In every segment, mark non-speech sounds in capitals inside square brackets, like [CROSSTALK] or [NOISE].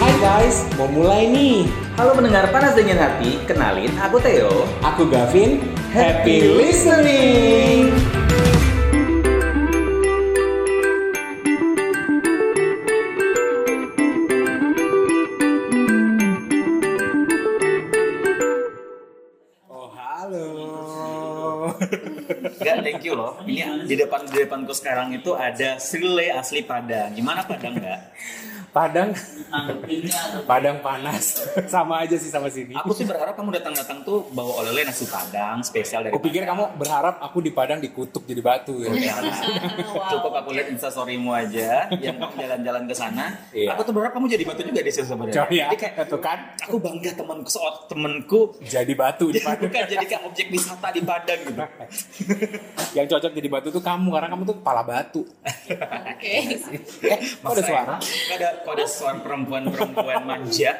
Hai guys, mau mulai nih. Halo pendengar panas dingin hati, kenalin aku Theo. Aku Gavin. Happy listening. Oh, halo. Enggak, thank you loh. Ini di depan di depanku sekarang itu ada Srile asli Padang. Gimana Padang enggak? Padang, Padang panas. [LAUGHS] Sama aja sih sama sini. Aku sih berharap kamu datang-datang tuh bawa oleh-oleh nasi Padang spesial dari Kupikir kamu berharap aku di Padang dikutuk jadi batu ya. Padang. [LAUGHS] Cukup aku lihat instastorymu aja yang kamu jalan-jalan ke sana. Iya. Aku tuh berharap kamu jadi batu juga di situ sebenarnya. Coy, ya. Jadi kayak Itu kan aku bangga temanku soal temanku jadi batu di Padang. bukan jadi kayak objek wisata di Padang gitu. Nah, eh. [LAUGHS] Yang cocok jadi batu tuh kamu karena kamu tuh kepala batu. Oke. Eh, kok ada Masa suara? enak? Kok ada, kok ada suara perempuan-perempuan manja?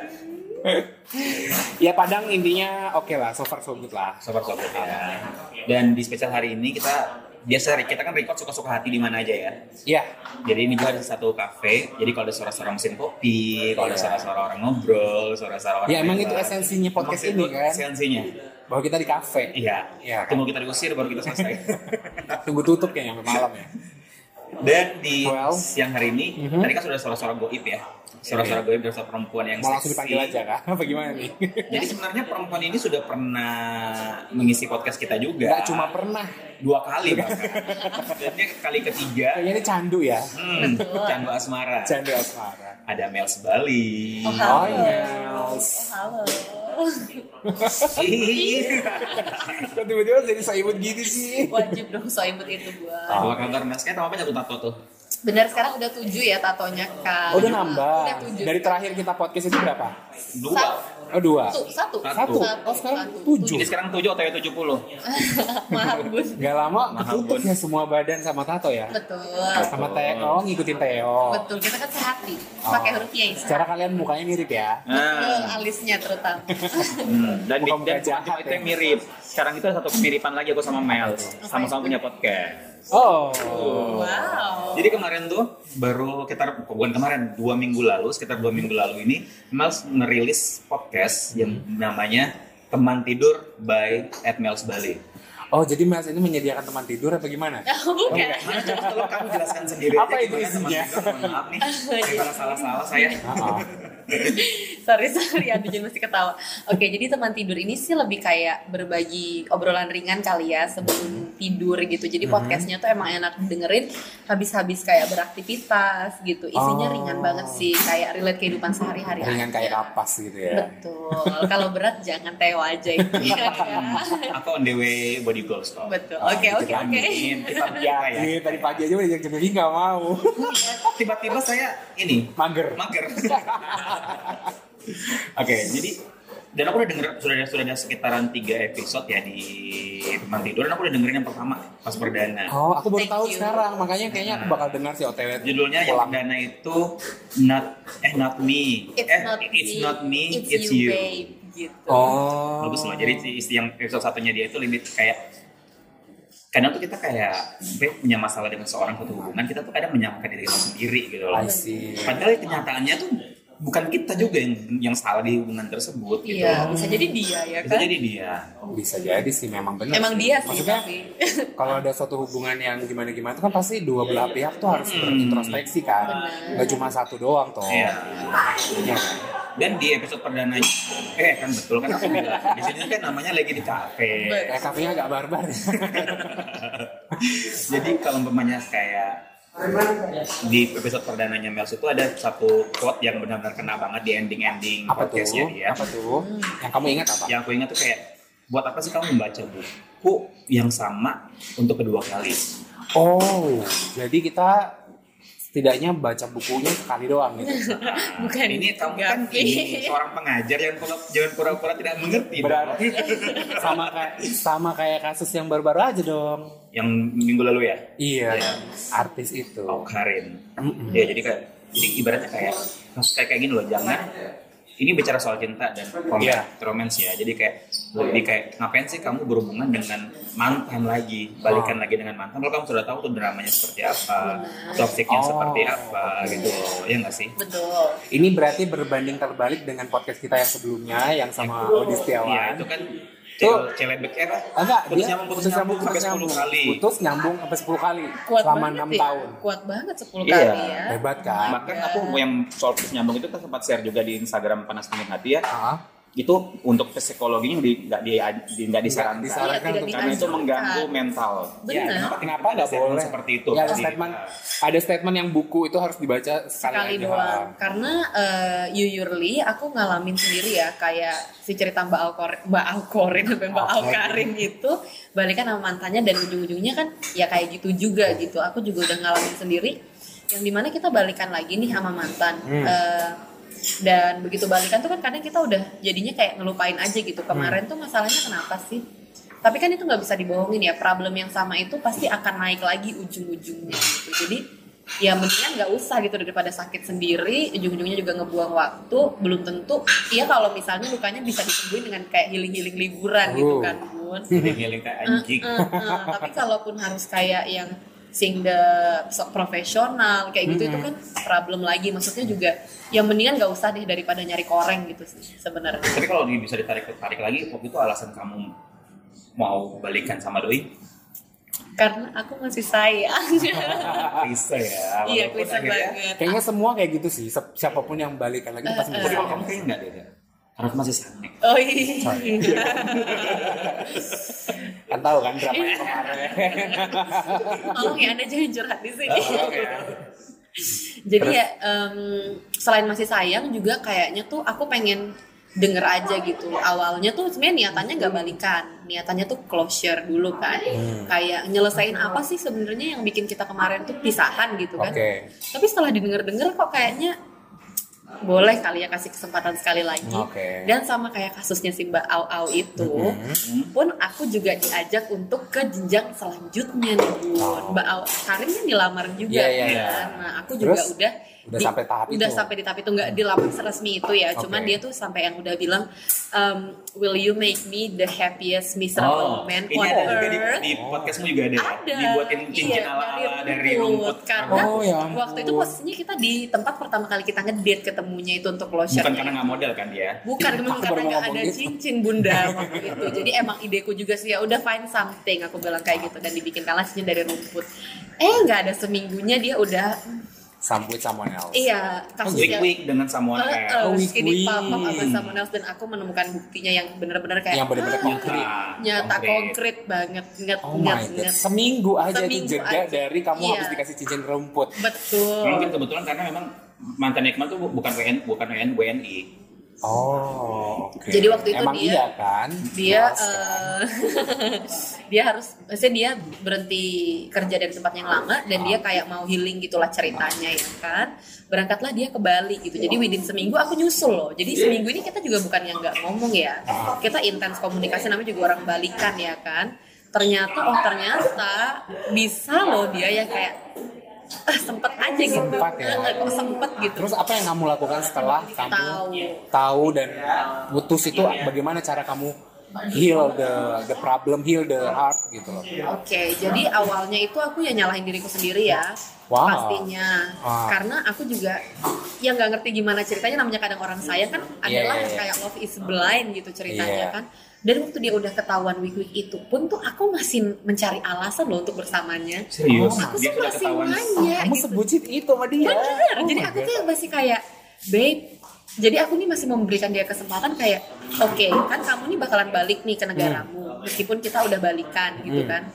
Ya Padang intinya oke lah, so far so good lah. Sobat-sobat ya. Dan di spesial hari ini kita biasa kita kan record suka-suka hati di mana aja ya. Ya, Jadi ini juga ada satu kafe. Jadi kalau ada suara-suara mesin kopi, kalau ada suara-suara orang ngobrol, suara-suara orang Ya, Iya. emang lewat. itu esensinya podcast Emang itu ini, kan? Esensinya. bahwa kita di kafe. Iya. Iya, kan? Tunggu kita diusir baru kita selesai. Tunggu tutup kayaknya sampai malam ya. Dan di Well. Mhm. siang hari ini, tadi kan sudah suara-suara goib ya. Suara-suara goib dari suara perempuan yang Mau Iya. langsung seksi. dipanggil aja kah? Apa gimana nih? Jadi sebenarnya perempuan ini sudah pernah mengisi podcast kita juga. Gak cuma Iya. pernah. dua kali bahkan. Dan dia kali ketiga, Kayaknya ini candu ya. hmm, Candu Asmara. Candu ya asmara. Ada Mels Bali. Oh, Oh, halo. Nels. Halo. Oh, Ih. Kok tiba-tiba jadi saimut gini sih? Wajib dong soimut itu gua. Apa kabar Mels? Kayaknya tambah satu tato tuh. Benar sekarang udah tujuh ya tatonya kan. Oh, udah Udah nambah. tujuh. Dari terakhir kita podcast itu berapa? Dua. Oh, dua. satu, Satu. satu, Oh, sekarang tujuh. Jadi sekarang tujuh atau ya tujuh puluh? Mahal bun. Gak lama Mahal, ketutup Bun. ya semua badan sama tato ya? Betul. Sama Teo, ngikutin Teo. Betul. Kita kan sehati. Oh. Pakai huruf Y. Cara kalian mukanya mirip ya. Betul, Nah, alisnya terutama. hmm. dan di, Muka-muka dan bukan jahat cuma itu ya. yang mirip. Sekarang kita satu kemiripan lagi aku sama Mel, sama-sama punya podcast. Oh. Wow. [LAUGHS] Jadi kemarin tuh baru kita bukan kemarin dua minggu lalu sekitar dua minggu lalu ini Mels merilis podcast yang namanya Teman Tidur by at Mels Bali. Oh, jadi Mas ini menyediakan teman tidur apa [LAUGHS] gimana? Bukan. Mana coba tolong kamu jelaskan sendiri. Apa aja itu gimana teman isinya? tidur. Mohon Maaf [LAUGHS] Iya. nih, kalau salah-salah saya. Ah, ah. sorry [LAUGHS] sorry aduh jadi masih ketawa oke jadi teman tidur ini sih lebih kayak berbagi obrolan ringan kali ya sebelum tidur gitu Mhm. jadi podcastnya tuh emang enak dengerin habis-habis kayak beraktivitas gitu Oh. isinya ringan banget sih kayak relate kehidupan sehari-hari Ringan kayak kapas gitu ya. betul kalau berat jangan teo aja itu [LAUGHS] Aku on the way body goals kok. Iya. betul Ah, oke gitu oke kan. dikit Amin. oke [LAUGHS] Kita Ya, berdoa ya. ini tadi pagi aja udah jam jam nggak mau. Tiba-tiba saya ini Mager. [LAUGHS] [LAUGHS] mager. Oke, jadi dan aku udah denger sudah ada sudah ada sekitaran tiga episode ya di teman tidur dan aku udah dengerin yang pertama pas perdana. Oh, aku baru Thank tahu you. sekarang. Makanya kayaknya aku bakal dengar si OTW Judulnya yang pulang. perdana itu not eh not me it's eh not me it's not me it's, you. you, babe gitu Oh. Bagus loh. Jadi si- si yang episode satunya dia itu limit kayak kadang tuh kita kayak babe, punya masalah dengan seorang satu hubungan kita tuh kadang menyalahkan diri kita sendiri gitu loh. I see. Padahal kenyataannya tuh bukan kita juga yang yang salah di hubungan tersebut gitu. iya bisa jadi dia ya Itu kan jadi dia. Bisa jadi sih memang benar. emang dia sih Maksudnya tapi kalau ada suatu hubungan yang gimana-gimana itu kan pasti Iya, dua belah pihak tuh harus berintrospeksi kan. Benar. Nggak cuma satu doang toh. Hmm. Iya. Iya kan? Dan di episode perdana eh kan betul kan aku bilang di sini kan namanya lagi di kafe. Betul. Kayak kafenya agak barbar ya. Jadi kalau umpamanya kayak di episode perdananya Mels itu ada satu quote yang benar-benar kena banget di ending-ending Apa tuh? podcastnya dia. Apa tuh? Yang kamu ingat apa? Yang aku ingat tuh kayak buat apa sih kamu membaca buku yang sama untuk kedua kali? Nah, Oh, jadi kita setidaknya baca bukunya sekali doang gitu. Bukan ini gitu, kamu kan Gavi. ini seorang pengajar yang pura- jangan pura-pura tidak mengerti dong. Berarti sama kayak sama kayak kasus yang baru-baru aja dong. yang minggu lalu ya Iya, Iya. artis itu. Pak Karin Mm-mm. ya jadi kayak jadi ibaratnya kayak kasus kayak kayak gini loh jangan ini bicara soal cinta dan romance, Iya. romance ya. Jadi kayak lebih kayak ngapain sih kamu berhubungan dengan mantan lagi, Oh. balikan lagi dengan mantan. Kalau kamu sudah tahu tuh dramanya seperti apa, Benar. toksiknya Oh. seperti apa gitu. Ya nggak sih? Betul. Ini berarti berbanding terbalik dengan podcast kita yang sebelumnya yang sama Odi Iya, Setiawan. itu kan Tuh. cel- celebek era. Ah, enggak, eh, putus nyambung, putus nyambung sampai 10 kali. Putus nyambung sampai 10 kali Kuat selama banget 6 ya. tahun. Kuat banget 10 Iya. kali ya. Hebat kan? Bahkan aku yang soal putus nyambung itu kan sempat share juga di Instagram panas dingin hati ya. Ah, itu untuk psikologinya di- nggak di, di, nggak disarankan. Nggak disarankan Iya, tidak kan untuk karena itu dianjurkan. mengganggu mental. Benar. Ya, Kenapa nggak statement boleh? seperti itu? Ya, ada Jadi, statement, uh, ada statement yang buku itu harus dibaca sekali, sekali aja. doang karena eh, usually aku ngalamin sendiri ya kayak si cerita Mbak Alkorin Mbak Alkorin sampai Mbak Alkorin. Alkarin gitu balikan sama mantannya dan ujung-ujungnya kan ya kayak gitu juga gitu aku juga udah ngalamin sendiri yang dimana kita balikan lagi nih sama mantan Hmm. Eh, dan begitu balikan tuh kan kadang kita udah jadinya kayak ngelupain aja gitu kemarin tuh masalahnya kenapa sih tapi kan itu nggak bisa dibohongin ya problem yang sama itu pasti akan naik lagi ujung-ujungnya gitu jadi ya mendingan nggak usah gitu daripada sakit sendiri ujung-ujungnya juga ngebuang waktu belum tentu iya kalau misalnya lukanya bisa disembuhin dengan kayak healing-healing liburan gitu Oh. kan bun ngiling kayak anjing. Eh, eh, eh. tapi kalaupun harus kayak yang sing the so- profesional kayak gitu itu kan problem lagi maksudnya juga yang mendingan nggak usah deh daripada nyari koreng gitu sih sebenarnya Tapi kalau di- bisa ditarik tarik lagi, waktu itu alasan kamu mau balikan sama doi? karena aku masih sayang Bisa ya. Iya, walaupun klise akhirnya- banget. Kayaknya semua kayak gitu sih. se- Siapapun yang balikan lagi itu pasti Eh, Tapi kalau bisa. kamu kayaknya nggak deh. Dea. Karena aku masih sange. Oh iya. Kan tahu kan drama Iya. yang kemarin. Kan? Tolong ya Anda jangan curhat di sini. Oh, Oke. Jadi ya em, selain masih sayang juga kayaknya tuh aku pengen denger aja gitu. Awalnya tuh sebenarnya niatannya nggak balikan, niatannya tuh closure dulu kan. Hmm. Kayak nyelesain apa sih sebenarnya yang bikin kita kemarin tuh pisahan gitu kan. Oke. Tapi setelah didengar-dengar kok kayaknya boleh kali ya kasih kesempatan sekali lagi. Oke. Mhm. Dan sama kayak kasusnya si Mbak Au Au itu, pun aku juga diajak untuk ke jenjang selanjutnya nih Bun. Oh. Mbak Au Karin kan dilamar juga Iya, iya, kan. iya. Nah, aku Terus, juga udah udah sampai tahap udah itu? Oh, sampai di tahap itu nggak dilamar resmi itu ya. Cuman Oke. dia tuh sampai yang udah bilang ehm, will you make me the happiest Oh, miserable man ini on ada juga di, earth? di podcastmu juga ada. ya? ada Dibuatin cincin Iya, ala-ala dari rumput. karena Oh, ya ampun. waktu itu posisinya kita di tempat pertama kali kita ngedate ketemunya itu untuk closure Bukan karena nggak modal kan dia? Bukan memang Aku karena baru mau nggak ada ngomong gitu. cincin bunda waktu itu. Jadi emang ideku juga sih ya udah find something aku bilang kayak gitu dan dibikin kalah cincin dari rumput. Eh nggak ada seminggunya dia udah Some with someone else. iya kasusnya. Week-week dengan someone Eh, else. eh, Oh, wih. skinny pop sama someone else dan aku menemukan buktinya yang benar-benar kayak Yang benar-benar ah, konkret. nyata konkret banget nget Oh nget my god. nget Seminggu aja Seminggu itu jeda aja. dari kamu Iya. habis dikasih cincin rumput. betul Mungkin kebetulan karena memang mantan Ekman tuh bukan WN, bukan WN, WNI. Oh, oke. Jadi waktu itu Emang dia- iya kan? dia Jelas kan? eh, [LAUGHS] dia harus maksudnya dia berhenti kerja dari tempat yang lama dan dia kayak mau healing gitulah ceritanya ya kan berangkatlah dia ke Bali gitu jadi within seminggu aku nyusul loh jadi Iya. seminggu ini kita juga bukan yang nggak ngomong ya kita intens komunikasi namanya juga orang balikan ya kan ternyata oh ternyata bisa loh dia ya kayak ah, sempet aja gitu Sempat ya. Eh, [LAUGHS] kok sempet gitu Terus apa yang kamu lakukan setelah kamu Tahu. tahu dan putus itu bagaimana cara kamu heal the the problem, heal the heart gitu loh. Oke, jadi awalnya itu aku ya nyalahin diriku sendiri ya. Wow. Pastinya. Wow. Karena aku juga yang nggak ngerti gimana ceritanya namanya kadang orang sayang kan Iya, iya, adalah iya. kayak love is blind gitu ceritanya Iya. kan. Dan waktu dia udah ketahuan week-week itu pun tuh aku masih mencari alasan loh untuk bersamanya. Serius? Aku dia sudah tuh Oh, masih ketahuan. nanya kamu gitu. sebucin itu sama dia. Oh Bener. jadi my aku God. tuh yang masih kayak, babe. Jadi aku nih masih memberikan dia kesempatan kayak, oke, kan kamu nih bakalan balik nih ke Hmm. negaramu, meskipun kita udah balikan gitu kan.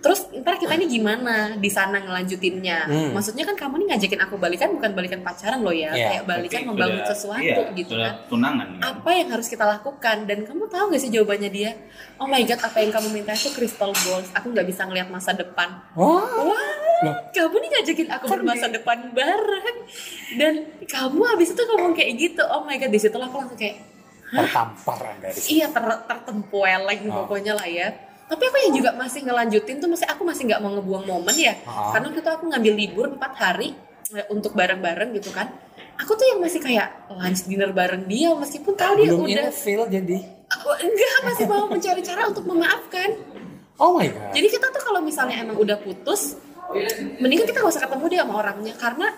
Terus ntar kita nih gimana di sana ngelanjutinnya? Hmm. Maksudnya kan kamu nih ngajakin aku balikan bukan balikan pacaran loh ya, Iya, kayak balikan Berarti membangun sudah- sesuatu iya, gitu sudah kan tunangan kan? apa yang harus kita lakukan dan kamu tahu gak sih jawabannya dia oh my god apa yang kamu minta itu crystal balls aku nggak bisa ngelihat masa depan Wah. wah Loh. kamu nih ngajakin aku bermasa depan bareng dan kamu habis itu ngomong kayak gitu oh my god disitulah aku langsung kayak tertampar anda di sini. iya ter tertempueleng Ah. pokoknya lah ya tapi aku yang juga masih ngelanjutin tuh masih aku masih nggak mau ngebuang momen ya Ah. karena waktu itu aku ngambil libur 4 hari eh, untuk bareng-bareng gitu kan aku tuh yang masih kayak lunch dinner bareng dia meskipun tahu dia belum udah ini feel jadi Oh, enggak masih mau mencari cara untuk memaafkan oh my god jadi kita tuh kalau misalnya emang udah putus mendingan kita gak usah ketemu dia sama orangnya karena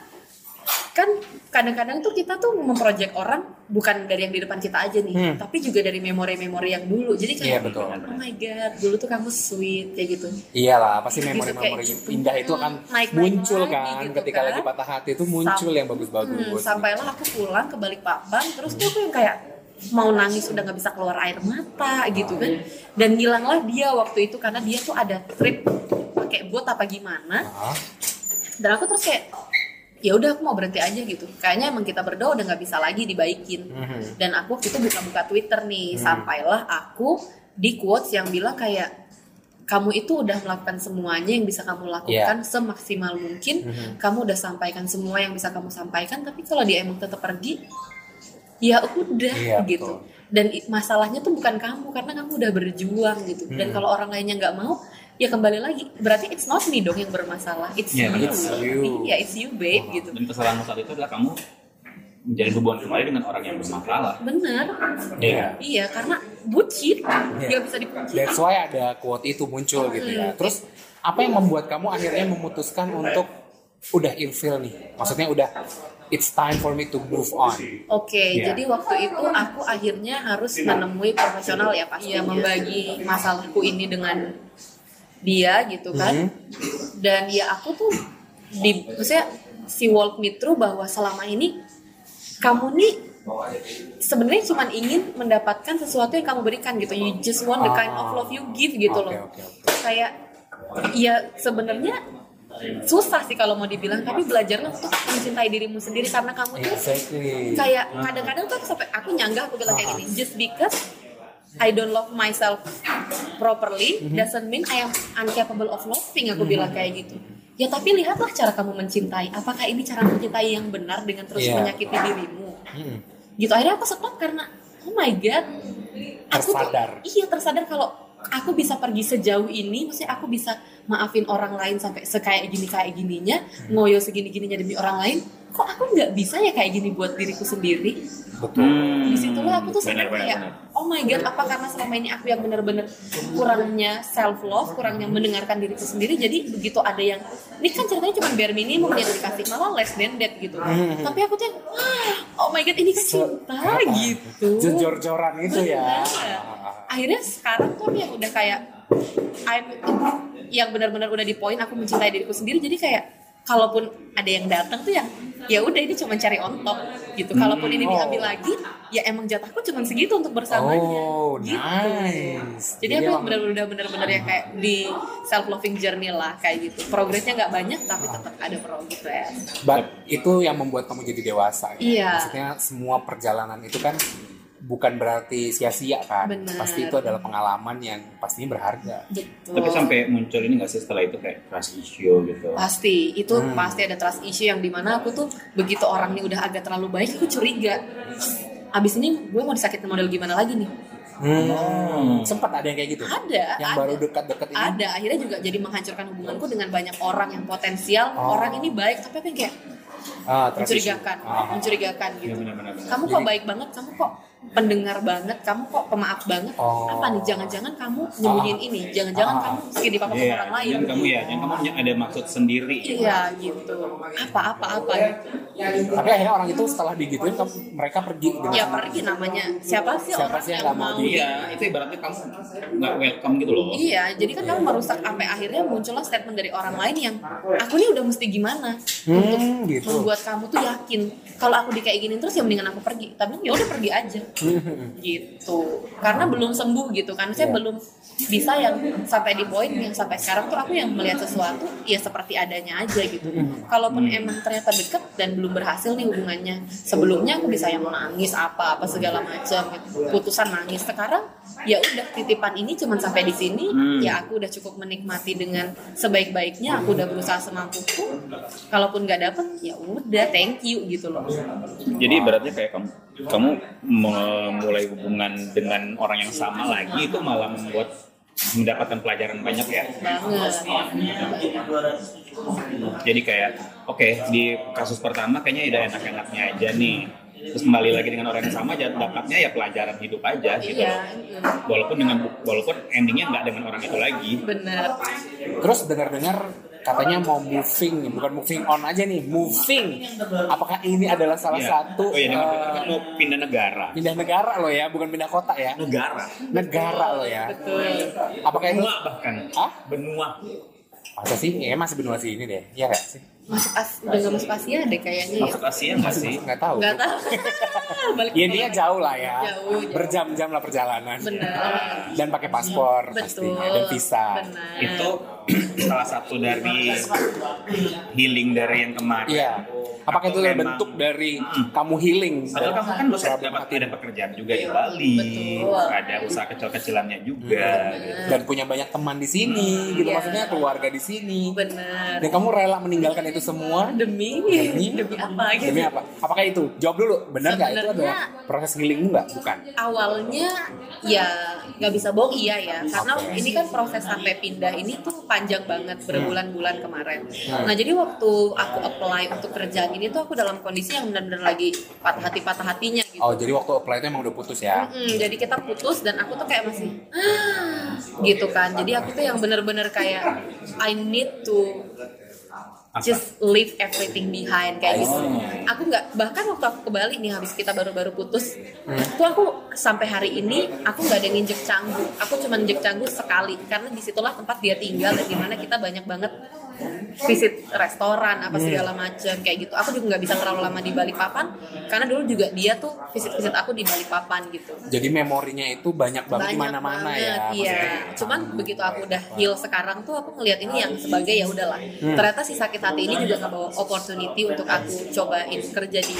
kan kadang-kadang tuh kita tuh memproject orang bukan dari yang di depan kita aja nih Hmm. tapi juga dari memori-memori yang dulu jadi kayak Iya, betul. oh my god dulu tuh kamu sweet kayak gitu Iyalah, pasti Gitu, memori-memori kayak gitu. indah itu akan Naik-naik muncul lagi kan gitu ketika kan. lagi patah hati itu muncul Sam- yang bagus-bagus. gitu. Hmm, sampailah aku pulang ke Balikpapan terus tuh aku yang kayak mau nangis udah nggak bisa keluar air mata gitu kan dan ngilanglah dia waktu itu karena dia tuh ada trip pakai bot apa gimana [LAUGHS] Hah? dan aku terus kayak ya udah aku mau berhenti aja gitu kayaknya emang kita berdua udah nggak bisa lagi dibaikin Mhm. dan aku waktu itu buka-buka Twitter nih Mm-hmm. sampailah aku di quotes yang bilang kayak kamu itu udah melakukan semuanya yang bisa kamu lakukan semaksimal mungkin Mhm. kamu udah sampaikan semua yang bisa kamu sampaikan tapi kalau dia emang tetap pergi ya udah Iya, gitu betul. dan i- masalahnya tuh bukan kamu karena kamu udah berjuang gitu Mhm. dan kalau orang lainnya nggak mau ya kembali lagi berarti it's not me dong yang bermasalah it's Iya, you benar. It's you. Oh. iya it's you babe gitu dan kesalahanmu saat itu adalah kamu menjalin hubungan kembali dengan orang yang bermasalah bener Iya. iya karena bucin nggak bisa dipungkiri That's why ada quote itu muncul gitu Hmm. ya. Terus apa yang membuat kamu akhirnya memutuskan untuk udah ilfil nih? Maksudnya udah it's time for me to move on. Oke, Iya. jadi waktu itu aku akhirnya harus menemui profesional ya pasti yang membagi masalahku ini dengan dia gitu kan. Mhm. Dan ya aku tuh di maksudnya si walk me through bahwa selama ini kamu nih sebenarnya cuma ingin mendapatkan sesuatu yang kamu berikan gitu. You just want the kind of love you give gitu Oke, loh. oke, oke. Kayak ya sebenarnya susah sih kalau mau dibilang tapi belajarlah untuk mencintai dirimu sendiri karena kamu tuh Exactly. kayak kadang-kadang tuh aku sampai aku nyanggah aku bilang kayak gini just because I don't love myself properly doesn't mean I am incapable of loving aku bilang kayak gitu ya tapi lihatlah cara kamu mencintai apakah ini cara mencintai yang benar dengan terus Iya. menyakiti dirimu Mm-mm. gitu akhirnya aku stop karena oh my god aku tuh- Tersadar. iya tersadar kalau aku bisa pergi sejauh ini maksudnya aku bisa maafin orang lain sampai sekaya gini kayak gininya ngoyo segini gininya demi orang lain kok aku nggak bisa ya kayak gini buat diriku sendiri Betul. hmm, disitulah aku tuh benar, sadar benar, kayak benar. oh my god apa karena selama ini aku yang bener-bener kurangnya self love kurangnya mendengarkan diriku sendiri jadi begitu ada yang ini kan ceritanya cuma bare minimum yang dikasih malah less than that gitu Hmm. tapi aku tuh yang, "Wah, oh my god ini kan cinta gitu Jor-joran itu ya. Bener. akhirnya sekarang tuh aku yang udah kayak I'm yang benar-benar udah di poin aku mencintai diriku sendiri jadi kayak kalaupun ada yang datang tuh yang ya udah ini cuma cari on top gitu kalaupun ini Hmm, oh. diambil lagi ya emang jatahku cuma segitu untuk bersamanya Oh, gitu nice. jadi, Jadi aku emang- benar benar benar-benar yang kayak di self loving journey lah kayak gitu progresnya nggak banyak tapi tetap ada progres But itu yang membuat kamu jadi dewasa. ya. Iya. Maksudnya semua perjalanan itu kan bukan berarti sia-sia kan. Benar. Pasti itu adalah pengalaman yang pastinya berharga. betul tapi sampai muncul ini nggak sih setelah itu kayak trust issue gitu pasti itu Hmm. pasti ada trust issue yang dimana aku tuh begitu orang nih udah agak terlalu baik aku curiga abis ini gue mau disakitin model gimana lagi nih Hmm. Sempat ada yang kayak gitu. ada yang ada baru dekat-dekat ini. ada akhirnya juga jadi menghancurkan hubunganku dengan banyak orang yang potensial Oh. orang ini baik tapi aku yang kayak Ah, trust mencurigakan issue. Ah. mencurigakan Iya, gitu benar, benar, benar. kamu kok Jadi- baik banget kamu kok pendengar banget kamu kok pemaaf banget Oh. apa nih jangan-jangan kamu nyembunyiin ini jangan-jangan Ah. kamu meski dipakai Iya, sama orang lain jangan kamu ya, jangan kamu punya- ada maksud sendiri. iya gitu apa-apa-apa gitu Tapi akhirnya orang itu setelah digituin kamu, mereka pergi dengan Ya senang hati. pergi namanya. Siapa sih Siapa orang sih yang yang, nggak mau mau? Iya, itu ibaratnya kamu nggak welcome gitu loh. Iya, jadi kan kamu merusak sampai akhirnya muncullah statement dari orang lain yang aku nih udah mesti gimana untuk Hmm, gitu. membuat kamu tuh yakin kalau aku di kayak gini terus ya mendingan aku pergi. Tapi ya udah pergi aja gitu. Karena belum sembuh gitu kan. Saya Iya. belum bisa yang sampai di poin yang sampai sekarang tuh aku yang melihat sesuatu ya seperti adanya aja gitu. Kalaupun emang ternyata deket dan belum berhasil nih hubungannya. Sebelumnya aku bisa yang nangis apa apa segala macam gitu. Putusan nangis sekarang ya udah titipan ini cuman sampai di sini Hmm. ya aku udah cukup menikmati dengan sebaik-baiknya aku udah berusaha semampuku kalaupun nggak dapet ya udah thank you gitu loh Jadi ibaratnya kayak kamu kamu memulai hubungan dengan orang yang sama lagi itu malah membuat mendapatkan pelajaran banyak ya banget jadi kayak oke di kasus pertama kayaknya udah enak-enaknya aja nih terus kembali lagi dengan orang yang sama jadi dapatnya ya pelajaran hidup aja gitu iya loh walaupun dengan walaupun endingnya nggak dengan orang itu lagi bener [LAUGHS] Terus dengar-dengar katanya mau moving, bukan moving on aja nih, moving. Apakah ini adalah salah Iya. satu oh iya dengan eh, kan mau pindah negara pindah negara loh ya, bukan pindah kota ya? negara Negara loh ya. betul Apakah itu? benua bahkan Hah? benua Masa sih? Ya masih benua sih ini deh. Iya nggak sih? masuk as udah nggak masuk Asia deh kayaknya ya Iya. masuk Asia nggak sih Nggak tahu. nggak tahu [LAUGHS] balik Ya dia jauh lah ya. Jauh, jauh. Berjam-jam lah perjalanan. Benar. Dan pakai paspor Iya, betul pastinya dan visa. benar itu [CLEARS THROAT] salah satu dari healing dari yang kemarin Iya. Apakah itu Atau adalah memang- bentuk dari kamu healing? Iya. Padahal kamu kan bisa Problem dapat hati. ada pekerjaan juga di Bali, Betul. ada usaha kecil-kecilannya juga. gitu. dan punya banyak teman di sini, gitu Iya. maksudnya keluarga di sini. benar Dan kamu rela meninggalkan itu semua demi Demi? [LAUGHS] demi apa gitu demi apa? Apakah itu? Jawab dulu, benar nggak itu Sebenarnya- adalah proses healingmu nggak? Bukan. awalnya ya nggak bisa bohong iya ya karena Oke. ini kan proses sampai pindah ini tuh panjang banget berbulan-bulan kemarin Hmm. nah jadi waktu aku apply untuk kerjaan ini tuh aku dalam kondisi yang benar-benar lagi patah hati patah hatinya gitu Oh, jadi waktu apply itu emang udah putus ya? Mm-mm, jadi kita putus dan aku tuh kayak masih "Ah," gitu kan jadi aku tuh yang bener-bener kayak I need to just leave everything behind kayak gitu aku nggak bahkan waktu aku ke Bali nih habis kita baru-baru putus tuh aku sampai hari ini aku nggak ada nginjek canggu aku cuma nginjek canggu sekali karena disitulah tempat dia tinggal dan dimana kita banyak banget visit restoran apa segala macam kayak gitu aku juga nggak bisa terlalu lama di Balikpapan karena dulu juga dia tuh visit-visit aku di Balikpapan gitu Jadi memorinya itu banyak banget di mana-mana ya. iya maksudnya. Hmm. cuman begitu aku udah heal sekarang tuh aku ngelihat ini yang sebagai ya udahlah Hmm. ternyata si sakit hati ini juga ngebawa opportunity untuk aku cobain kerja di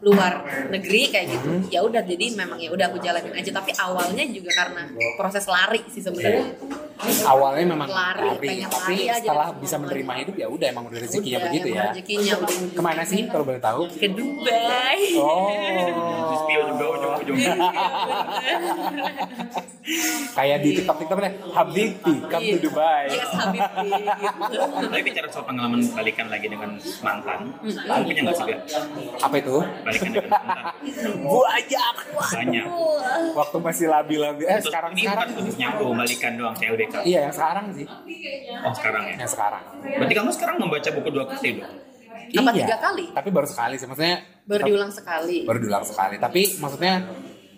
luar negeri kayak gitu Hmm. ya udah jadi memang ya udah aku jalanin aja tapi awalnya juga karena proses lari sih sebenarnya Awalnya memang Lari, lari, pengen tapi lari aja setelah dari bisa semuanya. menerima hidup ya udah emang udah rezekinya Udah, begitu emang ya. rezekinya udah Kemana sih kalau boleh tahu? ke Dubai Oh, Spion juga ujung-ujungnya. kayak di TikTok TikTok kan ya? deh. Habibti, come to Dubai. yes Habibie gitu. Tapi bicara soal pengalaman balikan lagi dengan mantan, kamu punya nggak sih Gak? Apa itu? balikan dengan mantan? Banyak. Banyak. Waktu masih labil-labil. Eh, Terus sekarang ini sekarang. bukan khususnya aku balikan doang CLBK. Iya, yang sekarang sih. Oh sekarang ya. Yang sekarang. Berarti kamu sekarang membaca buku dua kali dong? Apa Iya, tiga kali? Tapi baru sekali sih. Maksudnya baru diulang sekali baru diulang sekali. Tapi maksudnya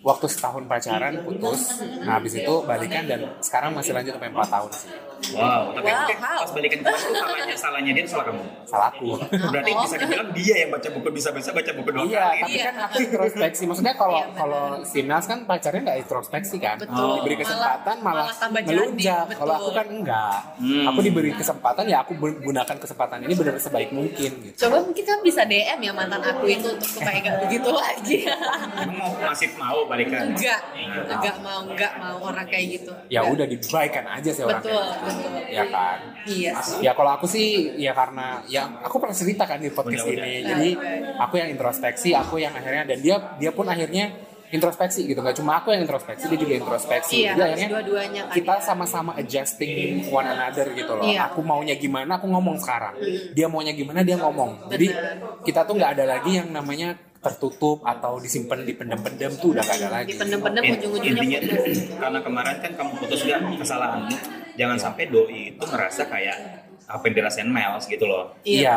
waktu setahun pacaran putus, nah habis itu balikan dan sekarang masih lanjut sampai empat tahun sih. Wow. Tapi Wow, kayak how? pas balikan kemarin tuh salahnya salahnya dia atau salah kamu. Salahku. Berarti Oh. bisa dibilang dia yang baca buku bisa-bisa baca buku dua Iya, kali. tapi kan aku introspeksi. Maksudnya kalau Iya, benar. kalau si Nas kan pacarnya nggak introspeksi kan? Betul. Diberi kesempatan Malah- malah, malah tambah jadi, melunjak. betul. Kalau aku kan enggak. Hmm. Aku diberi kesempatan ya aku gunakan kesempatan ini benar sebaik mungkin gitu. Coba mungkin kan bisa DM ya mantan aku itu untuk supaya gak begitu lagi. [LAUGHS] Emang mau masih mau balikan? enggak, enggak mau, enggak mau orang kayak gitu. Ya udah dibaikan aja sih orangnya. Betul, betul. Ya kan. Iya. Ya kalau aku sih ya karena ya aku pernah cerita kan di podcast ini. Udah, udah. Jadi Udah. aku yang introspeksi, aku yang akhirnya dan dia dia pun akhirnya introspeksi gitu. Gak cuma aku yang introspeksi, dia juga introspeksi. Jadi Iya, harus akhirnya dua-duanya kan. kita sama-sama adjusting one another gitu loh. Iya. Hmm. Aku maunya gimana, aku ngomong sekarang. Dia maunya gimana, dia ngomong. Jadi Benar. kita tuh nggak ada lagi yang namanya tertutup atau disimpan di pendem-pendem tuh udah gak ada lagi. Dipendem-pendem Eh, ujung-ujungnya intinya tuh, putus. karena kemarin kan kamu putus gak kesalahanmu jangan sampai doi itu ngerasa kayak "Ah, apa yang dirasain Miles gitu loh Iya,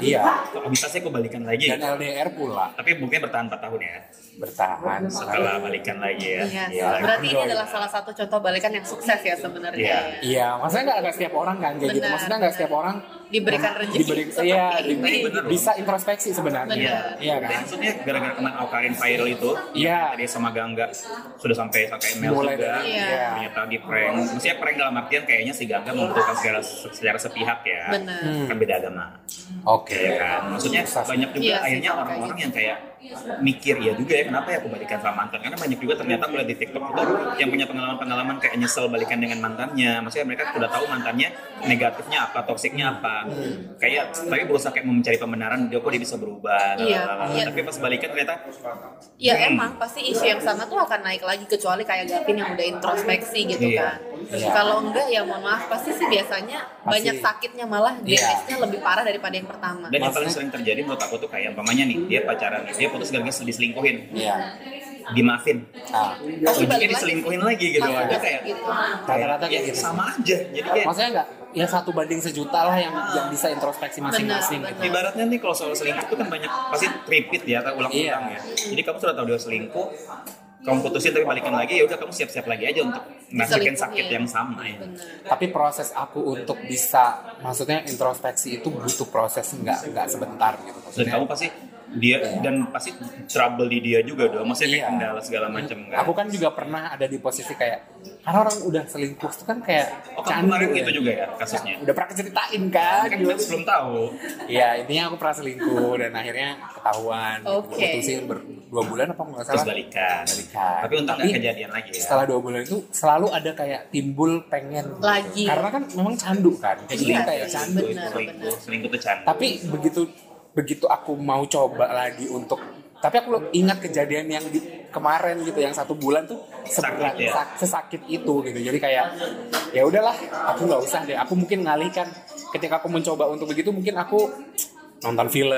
iya. kok bisa sih aku balikan lagi Dan LDR pula tapi mungkin bertahan 4 tahun ya bertahan. setelah balikan lagi ya Iya. Iya. Berarti ini adalah salah satu contoh balikan yang sukses ya sebenarnya. Iya. Iya, maksudnya nggak nggak setiap orang kan kayak gitu. Benar, Maksudnya nggak benar. setiap orang Diberikan rezeki diberi, seperti iya, ini. diberi- Benar loh. bisa introspeksi sebenarnya. Iya. Iya. Iya Dan kan? maksudnya gara-gara kemarin Aukarin viral itu, Iya. yang tadi sama Gangga sudah sampai sampai email Mulai juga. dari- Iya. iya. Ternyata di prank. Maksudnya prank dalam artian kayaknya si Gangga membutuhkan secara, secara sepihak ya. Benar. Hmm. Kan beda agama. Oke. ya kan maksudnya Susah sih. banyak juga Iya sih, akhirnya kalau orang-orang kayak gitu. Iya yang kayak mikir ya juga ya kenapa ya aku balikan sama mantan karena banyak juga ternyata mulai di TikTok itu yang punya pengalaman-pengalaman kayak nyesel balikan dengan mantannya maksudnya mereka sudah tahu mantannya negatifnya apa toksiknya apa kayak tapi berusaha kayak mau mencari pembenaran dia kok dia bisa berubah Iya, lalalala. iya. tapi pas balikan ternyata Ya Hmm. emang pasti isu yang sama tuh akan naik lagi kecuali kayak Gavin yang udah introspeksi gitu Iya. kan. Iya. Kalau enggak ya mohon maaf pasti sih biasanya Pasti. banyak sakitnya malah Iya. damage-nya lebih parah daripada yang pertama. dan yang paling Maksudnya- sering terjadi menurut aku tuh kayak umpamanya nih dia pacaran dia putus gara-gara diselingkuhin Iya. dimaafin Nah, ujungnya Pasti balik lagi. diselingkuhin lagi gitu Pasti Dia balik kayak gitu. Rata-rata kayak ya, gitu. sama aja jadi kayak maksudnya nggak ya satu banding sejuta lah yang yang bisa introspeksi masing-masing. gitu. Benar, benar. Ibaratnya nih kalau soal selingkuh itu kan banyak pasti repeat ya atau ulang-ulang Iya. ya. Jadi kamu sudah tahu dia selingkuh, kamu putusin tapi balikan lagi ya udah kamu siap-siap lagi aja untuk merasakan Diselingkuhin. sakit yang sama ya. Bener. Tapi proses aku untuk bisa maksudnya introspeksi itu butuh proses nggak nggak sebentar gitu Dan maksudnya. kamu pasti dia dan pasti trouble di dia juga dong. Maksudnya kayak Iya. kendala segala macam kan. Aku kan juga pernah ada di posisi kayak karena orang udah selingkuh itu kan kayak Oh kamu kemarin gitu juga ya kasusnya. Udah pernah ceritain kan? Kan kita belum tahu. Iya, intinya aku pernah selingkuh dan akhirnya ketahuan. Oke. Putusin ber dua bulan apa nggak Terus salah? balikan. Balikan. Tapi untuk nggak Tapi- kejadian lagi ya. Setelah dua bulan itu selalu ada kayak timbul pengen gitu. Lagi. Karena kan memang candu kan. Jadi Iya, kayak Ya, candu. selingkuh, Benar, selingkuh, benar. selingkuh itu candu. Tapi begitu begitu aku mau coba lagi untuk tapi aku ingat kejadian yang di, kemarin gitu yang satu bulan tuh seberat Sakit ya. sak- sesakit itu gitu jadi kayak ya udahlah aku nggak usah deh aku mungkin ngalihkan ketika aku mencoba untuk begitu mungkin aku nonton film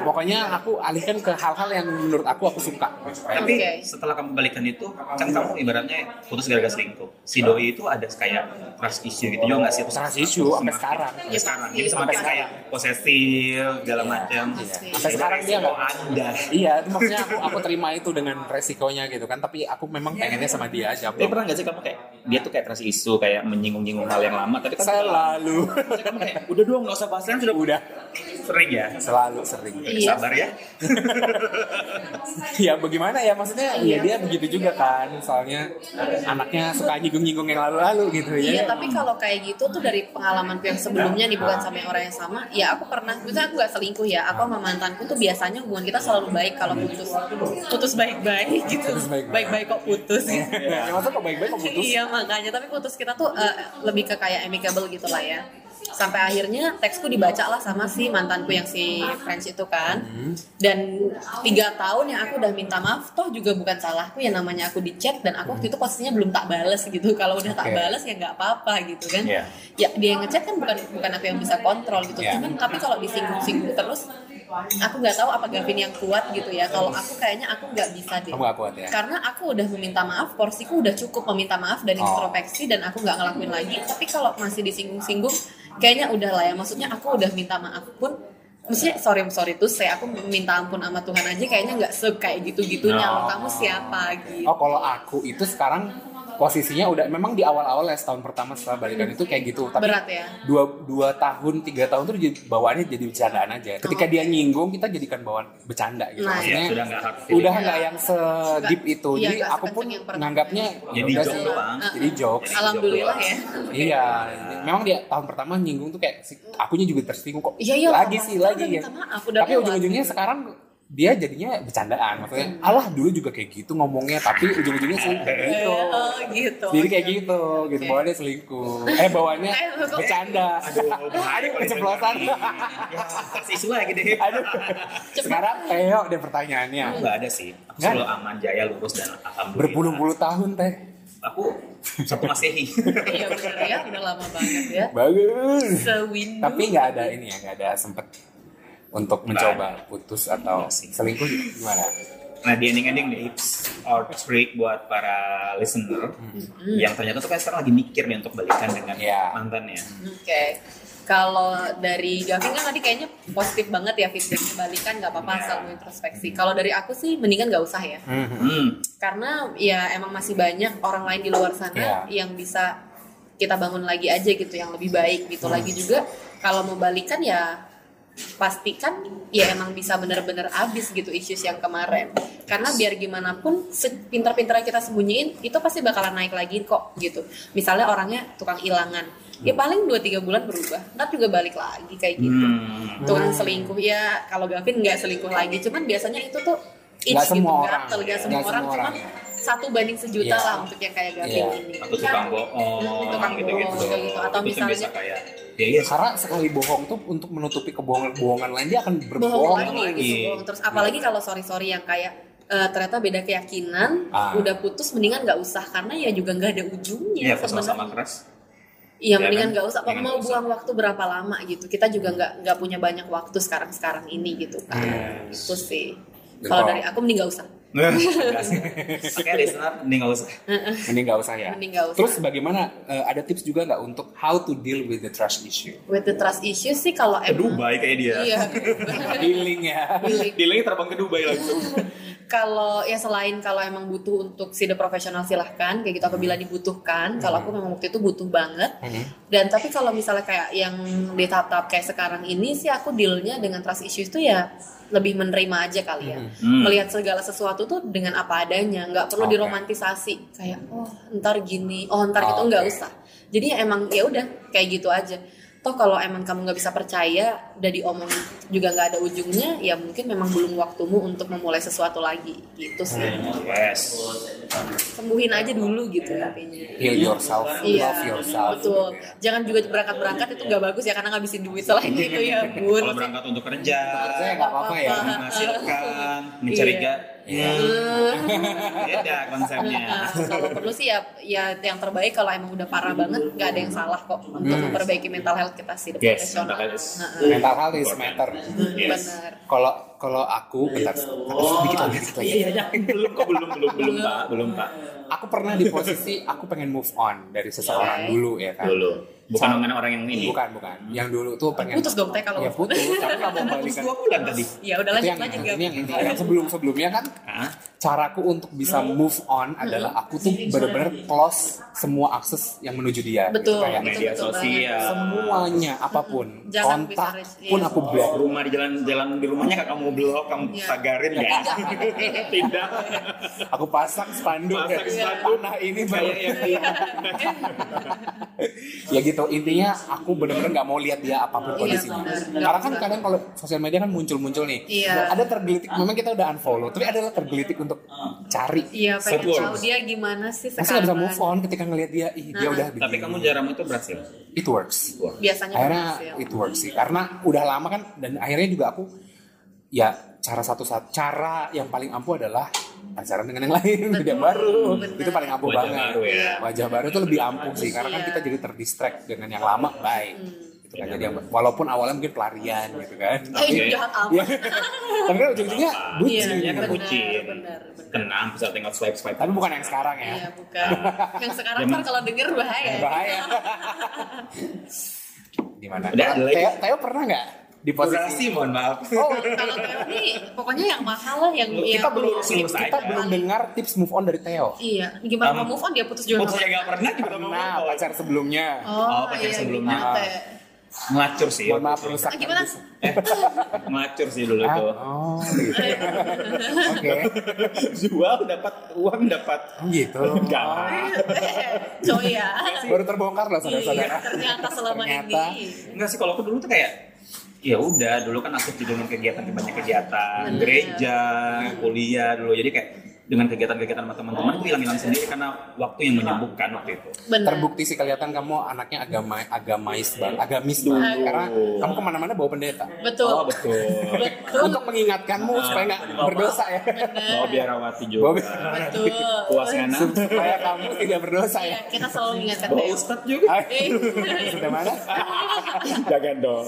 pokoknya aku alihkan ke hal-hal yang menurut aku aku suka Tapi Oke. setelah kamu balikan itu, kan kamu ibaratnya putus gara-gara selingkuh. Si doi itu ada kayak trust issue gitu juga nggak sih? Terus Trust issue sampai sekarang. Sampai sekarang. Jadi Sampai semakin kayak posesif, segala macam. Iya. Sampai sekarang dia mau nggak- anda. Iya, itu maksudnya aku aku terima itu dengan resikonya gitu kan. Tapi aku memang pengennya sama dia aja. Tapi Bro. pernah nggak sih kamu kayak dia tuh kayak trust issue, kayak menyinggung-nyinggung hal yang lama. Tapi kan Selalu, Maksudnya kamu kayak udah dong nggak usah bahas lain sudah udah Iya. sering ya. selalu sering. Iya. Sabar ya. [LAUGHS] Ya bagaimana ya maksudnya? Ya dia begitu juga kan. Soalnya anaknya suka nyinggung-nyinggung yang lalu-lalu gitu ya. Iya, tapi kalau kayak gitu tuh dari pengalamanku yang sebelumnya nih bukan sama yang orang yang sama. Ya aku pernah, misalnya aku gak selingkuh ya. Aku sama mantanku tuh biasanya hubungan kita selalu baik kalau putus. Putus baik-baik gitu. Putus baik-baik. Baik-baik kok putus. [LAUGHS] [LAUGHS] Ya maksudnya kok baik-baik kok putus. Iya makanya, tapi putus kita tuh eh, lebih ke kayak amicable gitu lah ya. Sampai akhirnya teksku dibaca lah sama si mantanku yang si French itu kan. Hmm. Dan tiga tahun yang aku udah minta maaf, toh juga bukan salahku ya namanya aku di chat dan aku waktu itu posisinya belum tak bales gitu. Kalau udah tak Oke. bales ya nggak apa-apa gitu kan. Iya. Ya dia yang ngechat kan bukan bukan aku yang bisa kontrol gitu. Iya. Cuman tapi kalau disinggung-singgung terus, aku nggak tahu apa Gavin yang kuat gitu ya. Kalau aku kayaknya aku nggak bisa deh Kamu gak kuat ya? karena aku udah meminta maaf porsiku udah cukup meminta maaf dan Oh. introspeksi dan aku nggak ngelakuin lagi tapi kalau masih disinggung-singgung kayaknya udah lah ya maksudnya aku udah minta maaf pun maksudnya sorry sorry tuh saya aku minta ampun sama Tuhan aja kayaknya nggak se kayak gitu-gitunya No. loh kamu siapa gitu Oh kalau aku itu sekarang posisinya udah memang di awal-awal ya setahun pertama setelah balikan itu kayak gitu. Tapi Hmm. berat ya dua, dua tahun tiga tahun tuh jadi, bawaannya jadi bercandaan aja ketika dia nyinggung kita jadikan bawaan bercanda gitu Oh. Ya Nah, maksudnya sudah nggak hard feeling. udah nggak yang sedip itu Iya, jadi nggak aku pun sekenceng yang pernah. nganggapnya udah Jadi joke sih, doang. gitu jadi jokes alhamdulillah ya iya memang dia tahun pertama nyinggung tuh kayak si- akunya juga tersinggung kok Iya, iya, lagi Mas, sih kita lagi udah ya minta maaf, udah tapi lewat. gitu. ujung-ujungnya sekarang dia jadinya bercandaan maksudnya Hmm. alah dulu juga kayak gitu ngomongnya tapi ujung-ujungnya [LAUGHS] sih kayak gitu Eh, oh, gitu jadi kayak gitu gitu Oke. bawaannya selingkuh eh bawaannya [LAUGHS] Eh, kok- bercanda [LAUGHS] Aduh, bahaya Aduh, kalau keceplosan. didengar nih. Ya, trust issue lagi deh. Aduh. Sekarang Teo deh pertanyaannya. Hmm. Nggak ada sih. Aku Nggak selalu aman, jaya, lurus dan alhamdulillah. Berpuluh-puluh tahun Teh. Aku satu masehi. iya bener ya udah lama banget ya Bagus. sewindu Tapi nggak ada ini ya, nggak ada sempet untuk mencoba putus atau selingkuh gimana? Nah di ending-ending nih tips or trick buat para listener Mm-hmm. yang ternyata tuh kayak sekarang lagi mikir nih untuk balikan dengan Iya. mantannya. Oke. Kalau dari Gavin kan tadi kayaknya positif banget ya feedbacknya balikan nggak apa-apa Iya. asal lu introspeksi. Kalau dari aku sih mendingan nggak usah ya, Hmm. karena ya emang masih banyak orang lain di luar sana Iya. yang bisa kita bangun lagi aja gitu, yang lebih baik Hmm. gitu. Lagi juga kalau mau balikan ya pastikan ya emang bisa bener-bener abis gitu issues yang kemarin karena biar gimana pun se- pinter-pinternya kita sembunyiin itu pasti bakalan naik lagi kok gitu misalnya orangnya tukang ilangan ya Hmm. paling 2-3 bulan berubah ntar juga balik lagi kayak gitu Hmm. tukang selingkuh ya kalau Gavin nggak selingkuh lagi cuman biasanya itu tuh itch Nggak semua orang. Iya, gitu, gatel, nggak Nggak semua semua orang cuman orang. satu banding sejuta Iya. lah untuk yang kayak Gavin Iya. ini atau tukang bohong Tukang gitu gitu bohong, kayak gitu. Atau misalnya- biasa kayak ya iya Karena sekali bohong tuh untuk menutupi kebohongan-kebohongan lain dia akan bohong berbohong. lagi, lagi. gitu, bohong terus Iya. apalagi kalau sorry sorry yang kayak eh, ternyata beda keyakinan Ah. udah putus mendingan nggak usah karena ya juga nggak ada iya ujungnya sama-sama sebenarnya [LAUGHS] keras iya Ya mendingan kan? nggak usah Mendingan mau nggak usah. buang waktu berapa lama gitu kita juga nggak nggak punya banyak waktu sekarang sekarang ini gitu kan Iya. itu sih Dan kalau- kalau dari aku mending nggak usah Iya. Oke, listener, mending nggak usah. Mending nggak usah ya. Mending nggak usah. Terus bagaimana eh, ada tips juga nggak untuk how to deal with the trust [LAUGHS] issue? with the trust issue sih kalau Ke emang Dubai kayak dia. iya Dealing ya. [LAUGHS] Pilih. Dealnya terbang ke Dubai langsung. kalau ya selain kalau emang butuh untuk sida profesional silahkan kayak gitu apabila dibutuhkan kalau aku memang waktu itu butuh banget dan tapi kalau misalnya kayak yang di tahap-tahap kayak sekarang ini sih aku dealnya dengan trust issues itu ya lebih menerima aja kali ya Hmm. melihat segala sesuatu tuh dengan apa adanya nggak Mm-hmm. Mm. perlu Oke. diromantisasi kayak oh ntar gini oh ntar gitu Oke. nggak usah jadi ya emang ya udah kayak gitu aja toh kalau emang kamu nggak bisa percaya udah diomongin juga nggak ada ujungnya ya mungkin memang belum waktumu untuk memulai sesuatu lagi gitu sih Yes. sembuhin aja dulu gitu intinya Heal yourself, Iya, love yourself. gitu ya. betul. Jangan juga berangkat-berangkat itu nggak bagus ya karena ngabisin duit selain itu ya, Bun. Kalau berangkat untuk kerja, Saya nggak apa-apa ya. menghasilkan, mencari Iya. ga. Hmm, Beda konsepnya. Iya. Nah, kalau perlu sih ya, ya yang terbaik kalau emang udah parah banget nggak ada yang salah kok untuk memperbaiki mental health kita sih the Yes, professional. mental health is- Heeh, Mental health is matter. Yes. Benar. Kalau kalau aku bentar, aku sedikit lagi, sedikit lagi. [LAUGHS] Iya. iya. belum kok belum belum belum pak belum pak Aku pernah di posisi aku pengen move on dari seseorang Oke. dulu ya kan. dulu bukan Sama- mengenai orang yang ini Bukan bukan. Hmm. Yang dulu tuh pengen Putus dong teh kalau ya putus, tapi nggak mau Terus balikan. Kan dua bulan tadi Ya udah Itu lanjut yang, lanjut ini yang ini Gap. yang sebelum sebelumnya kan Hah? caraku untuk bisa Hmm. move on adalah aku tuh bener-bener close semua akses yang menuju dia. gitu. Betul. Kayak media betul sosial semuanya apapun Jangan kontak bisa reach, pun iya. aku blok. blok rumah di jalan jalan di rumahnya kakak mau blok kamu Iya. sagarin ya [LAUGHS] tidak Aku pasang spanduk Pasang ya. spanduk. Iya, Tanah ini baru kayak yang ya gitu intinya aku bener-bener nggak mau lihat dia apapun Iya, kondisinya bener. karena kan Nggak- kadang kalau sosial media kan muncul-muncul nih Iya. ada tergelitik memang kita udah unfollow tapi ada tergelitik untuk cari Iya pengen Betul. tahu dia gimana sih masih nggak sekarang. bisa move on ketika ngelihat dia ih dia Nah. udah begini tapi kamu jarum itu berhasil it works Biasanya gitu ya. akhirnya berhasil. it works sih karena udah lama kan dan akhirnya juga aku ya cara satu sat- cara yang paling ampuh adalah pacaran dengan yang lain Betul, yang baru benar. itu paling ampuh Wajah banget baru ya. wajah baru itu lebih ampuh sih karena kan Iya. Hmm. kita jadi terdistract dengan yang lama baik gitu kan Iya. jadi yang- walaupun awalnya mungkin pelarian gitu [LAUGHS] kan Eh, Oke. jahat ya amat. tapi kan ujung-ujungnya Iya, bucin Jadinya kan benar, bucin benar, benar. tenang bisa tengok swipe swipe tapi bukan yang sekarang ya Iya bukan. Yang sekarang Zaman- ntar kalau denger bahaya. bahaya [LAUGHS] gimana Udah, ada lagi. Teo, Teo pernah nggak di durasi posisi mohon maaf oh [LAUGHS] Kalau teori pokoknya yang mahal lah yang yang- kita belum selesai kita aja. Iya, belum dengar tips move on dari Teo Iya, gimana Um, mau move on dia putus juga. Waktu saya nggak pernah gimana mau pernah ngomong? pacar sebelumnya Oh, pacar sebelumnya. gitu, Teh. Ngacur sih. mohon maaf waktu itu. rusak Ah, gimana? [LAUGHS] Eh, ngacur sih dulu Ah, itu. oh gitu oke [LAUGHS] Jual dapat uang dapat. [LAUGHS] gitu [LAUGHS] Enggak. Coy ya. baru terbongkar loh Iya, saudara-saudara ternyata selama Ternyata. ini. Enggak sih kalau aku dulu tuh kayak ya udah dulu kan aktif di dengan kegiatan banyak kegiatan Bener. gereja kuliah dulu jadi kayak dengan kegiatan-kegiatan sama teman-teman aku hilang-hilang sendiri karena waktu yang menyembuhkan waktu itu Benar. terbukti sih kelihatan kamu anaknya agama agamais banget agamis banget Aduh. karena kamu kemana-mana bawa pendeta Betul. oh betul Betul. untuk mengingatkanmu supaya nggak berdosa ya mau biarawati Bawa juga biar- Betul. puas ngana supaya kamu tidak berdosa Iya, ya kita selalu mengingatkan bawa Teh. ustad juga Eh, [LAUGHS] sudah mana Ah, jangan dong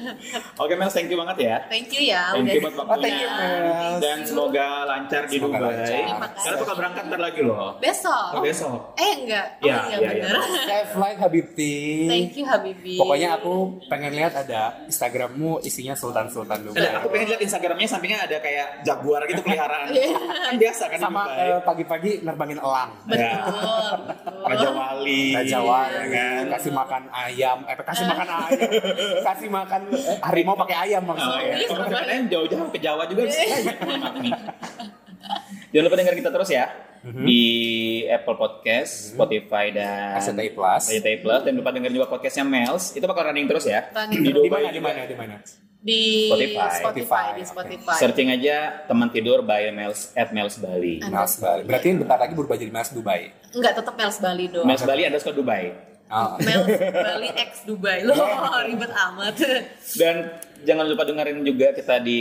[LAUGHS] oke Mel thank you banget ya Thank you ya. Thank you udah. buat oh thank you waktunya. Mel Dan semoga lancar di Semoga Dubai. lancar. Terima kasih. Karena bakal berangkat ntar lagi loh. Besok. Oh, besok. Eh enggak. Oh, Iya, iya, iya, iya. benar. [LAUGHS] Safe flight Habibti Thank you Habibi. pokoknya aku pengen lihat ada Instagrammu isinya sultan-sultan dulu Eh, aku pengen lihat Instagramnya sampingnya ada kayak jaguar gitu peliharaan. kan biasa kan di sama Dubai. eh, pagi-pagi nerbangin elang Ya. Betul. Raja Wali. Raja Wali ya kan. kasih makan ayam eh kasih makan Ah. ayam kasih makan eh, harimau pakai ayam Oh, maksudnya ya. Iya, Kalau Raja Wali. [LAUGHS] kalian jauh-jauh ke Jawa juga bisa. Mohon maaf nih. Jangan lupa dengar kita terus ya. Mhm. di Apple Podcast, Spotify dan SNTI Plus. SNTI Plus. Dan lupa dengerin juga podcastnya Mels. Itu bakal running terus ya. Running Di terus. Di mana? Di Dubai juga. mana? Di mana? di Spotify. Spotify, di Oke. Spotify. Searching aja teman tidur by Mels at Mels Bali. Ada. Mas Bali. Berarti bentar lagi berubah jadi Mas Dubai. Enggak tetap Mels Bali dong. Mels Bali underscore Dubai. Ah. Mels Bali X Dubai loh ribet amat. Dan jangan lupa dengerin juga kita di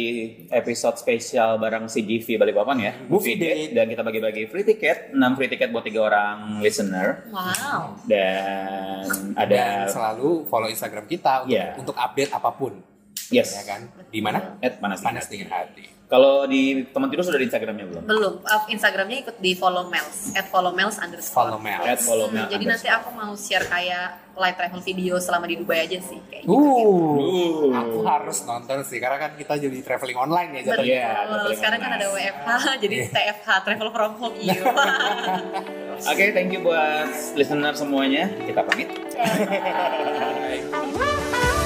episode spesial bareng CGV Balikpapan ya. Movie Date. Dan kita bagi-bagi free ticket, 6 free ticket buat tiga orang listener. Wow. Dan Dan ada selalu follow Instagram kita untuk, Iya. untuk update apapun. yes. Ya kan? Di mana? At panas. Panas dingin hati. Kalau di teman tidur sudah di Instagramnya belum? Belum. Uh, Instagramnya ikut di follow Mels at follow Mels underscore. Follow Mel. At follow Hmm, jadi nanti aku mau share kayak live travel video selama di Dubai aja sih kayak gitu. Uh, aku harus nonton sih karena kan kita jadi traveling online ya Betul. jatuhnya. Iya, betul. Sekarang kan ada WFH, [LAUGHS] jadi TFH travel from home iya. iyo. Oke, thank you buat listener semuanya. Kita pamit. Bye. Bye.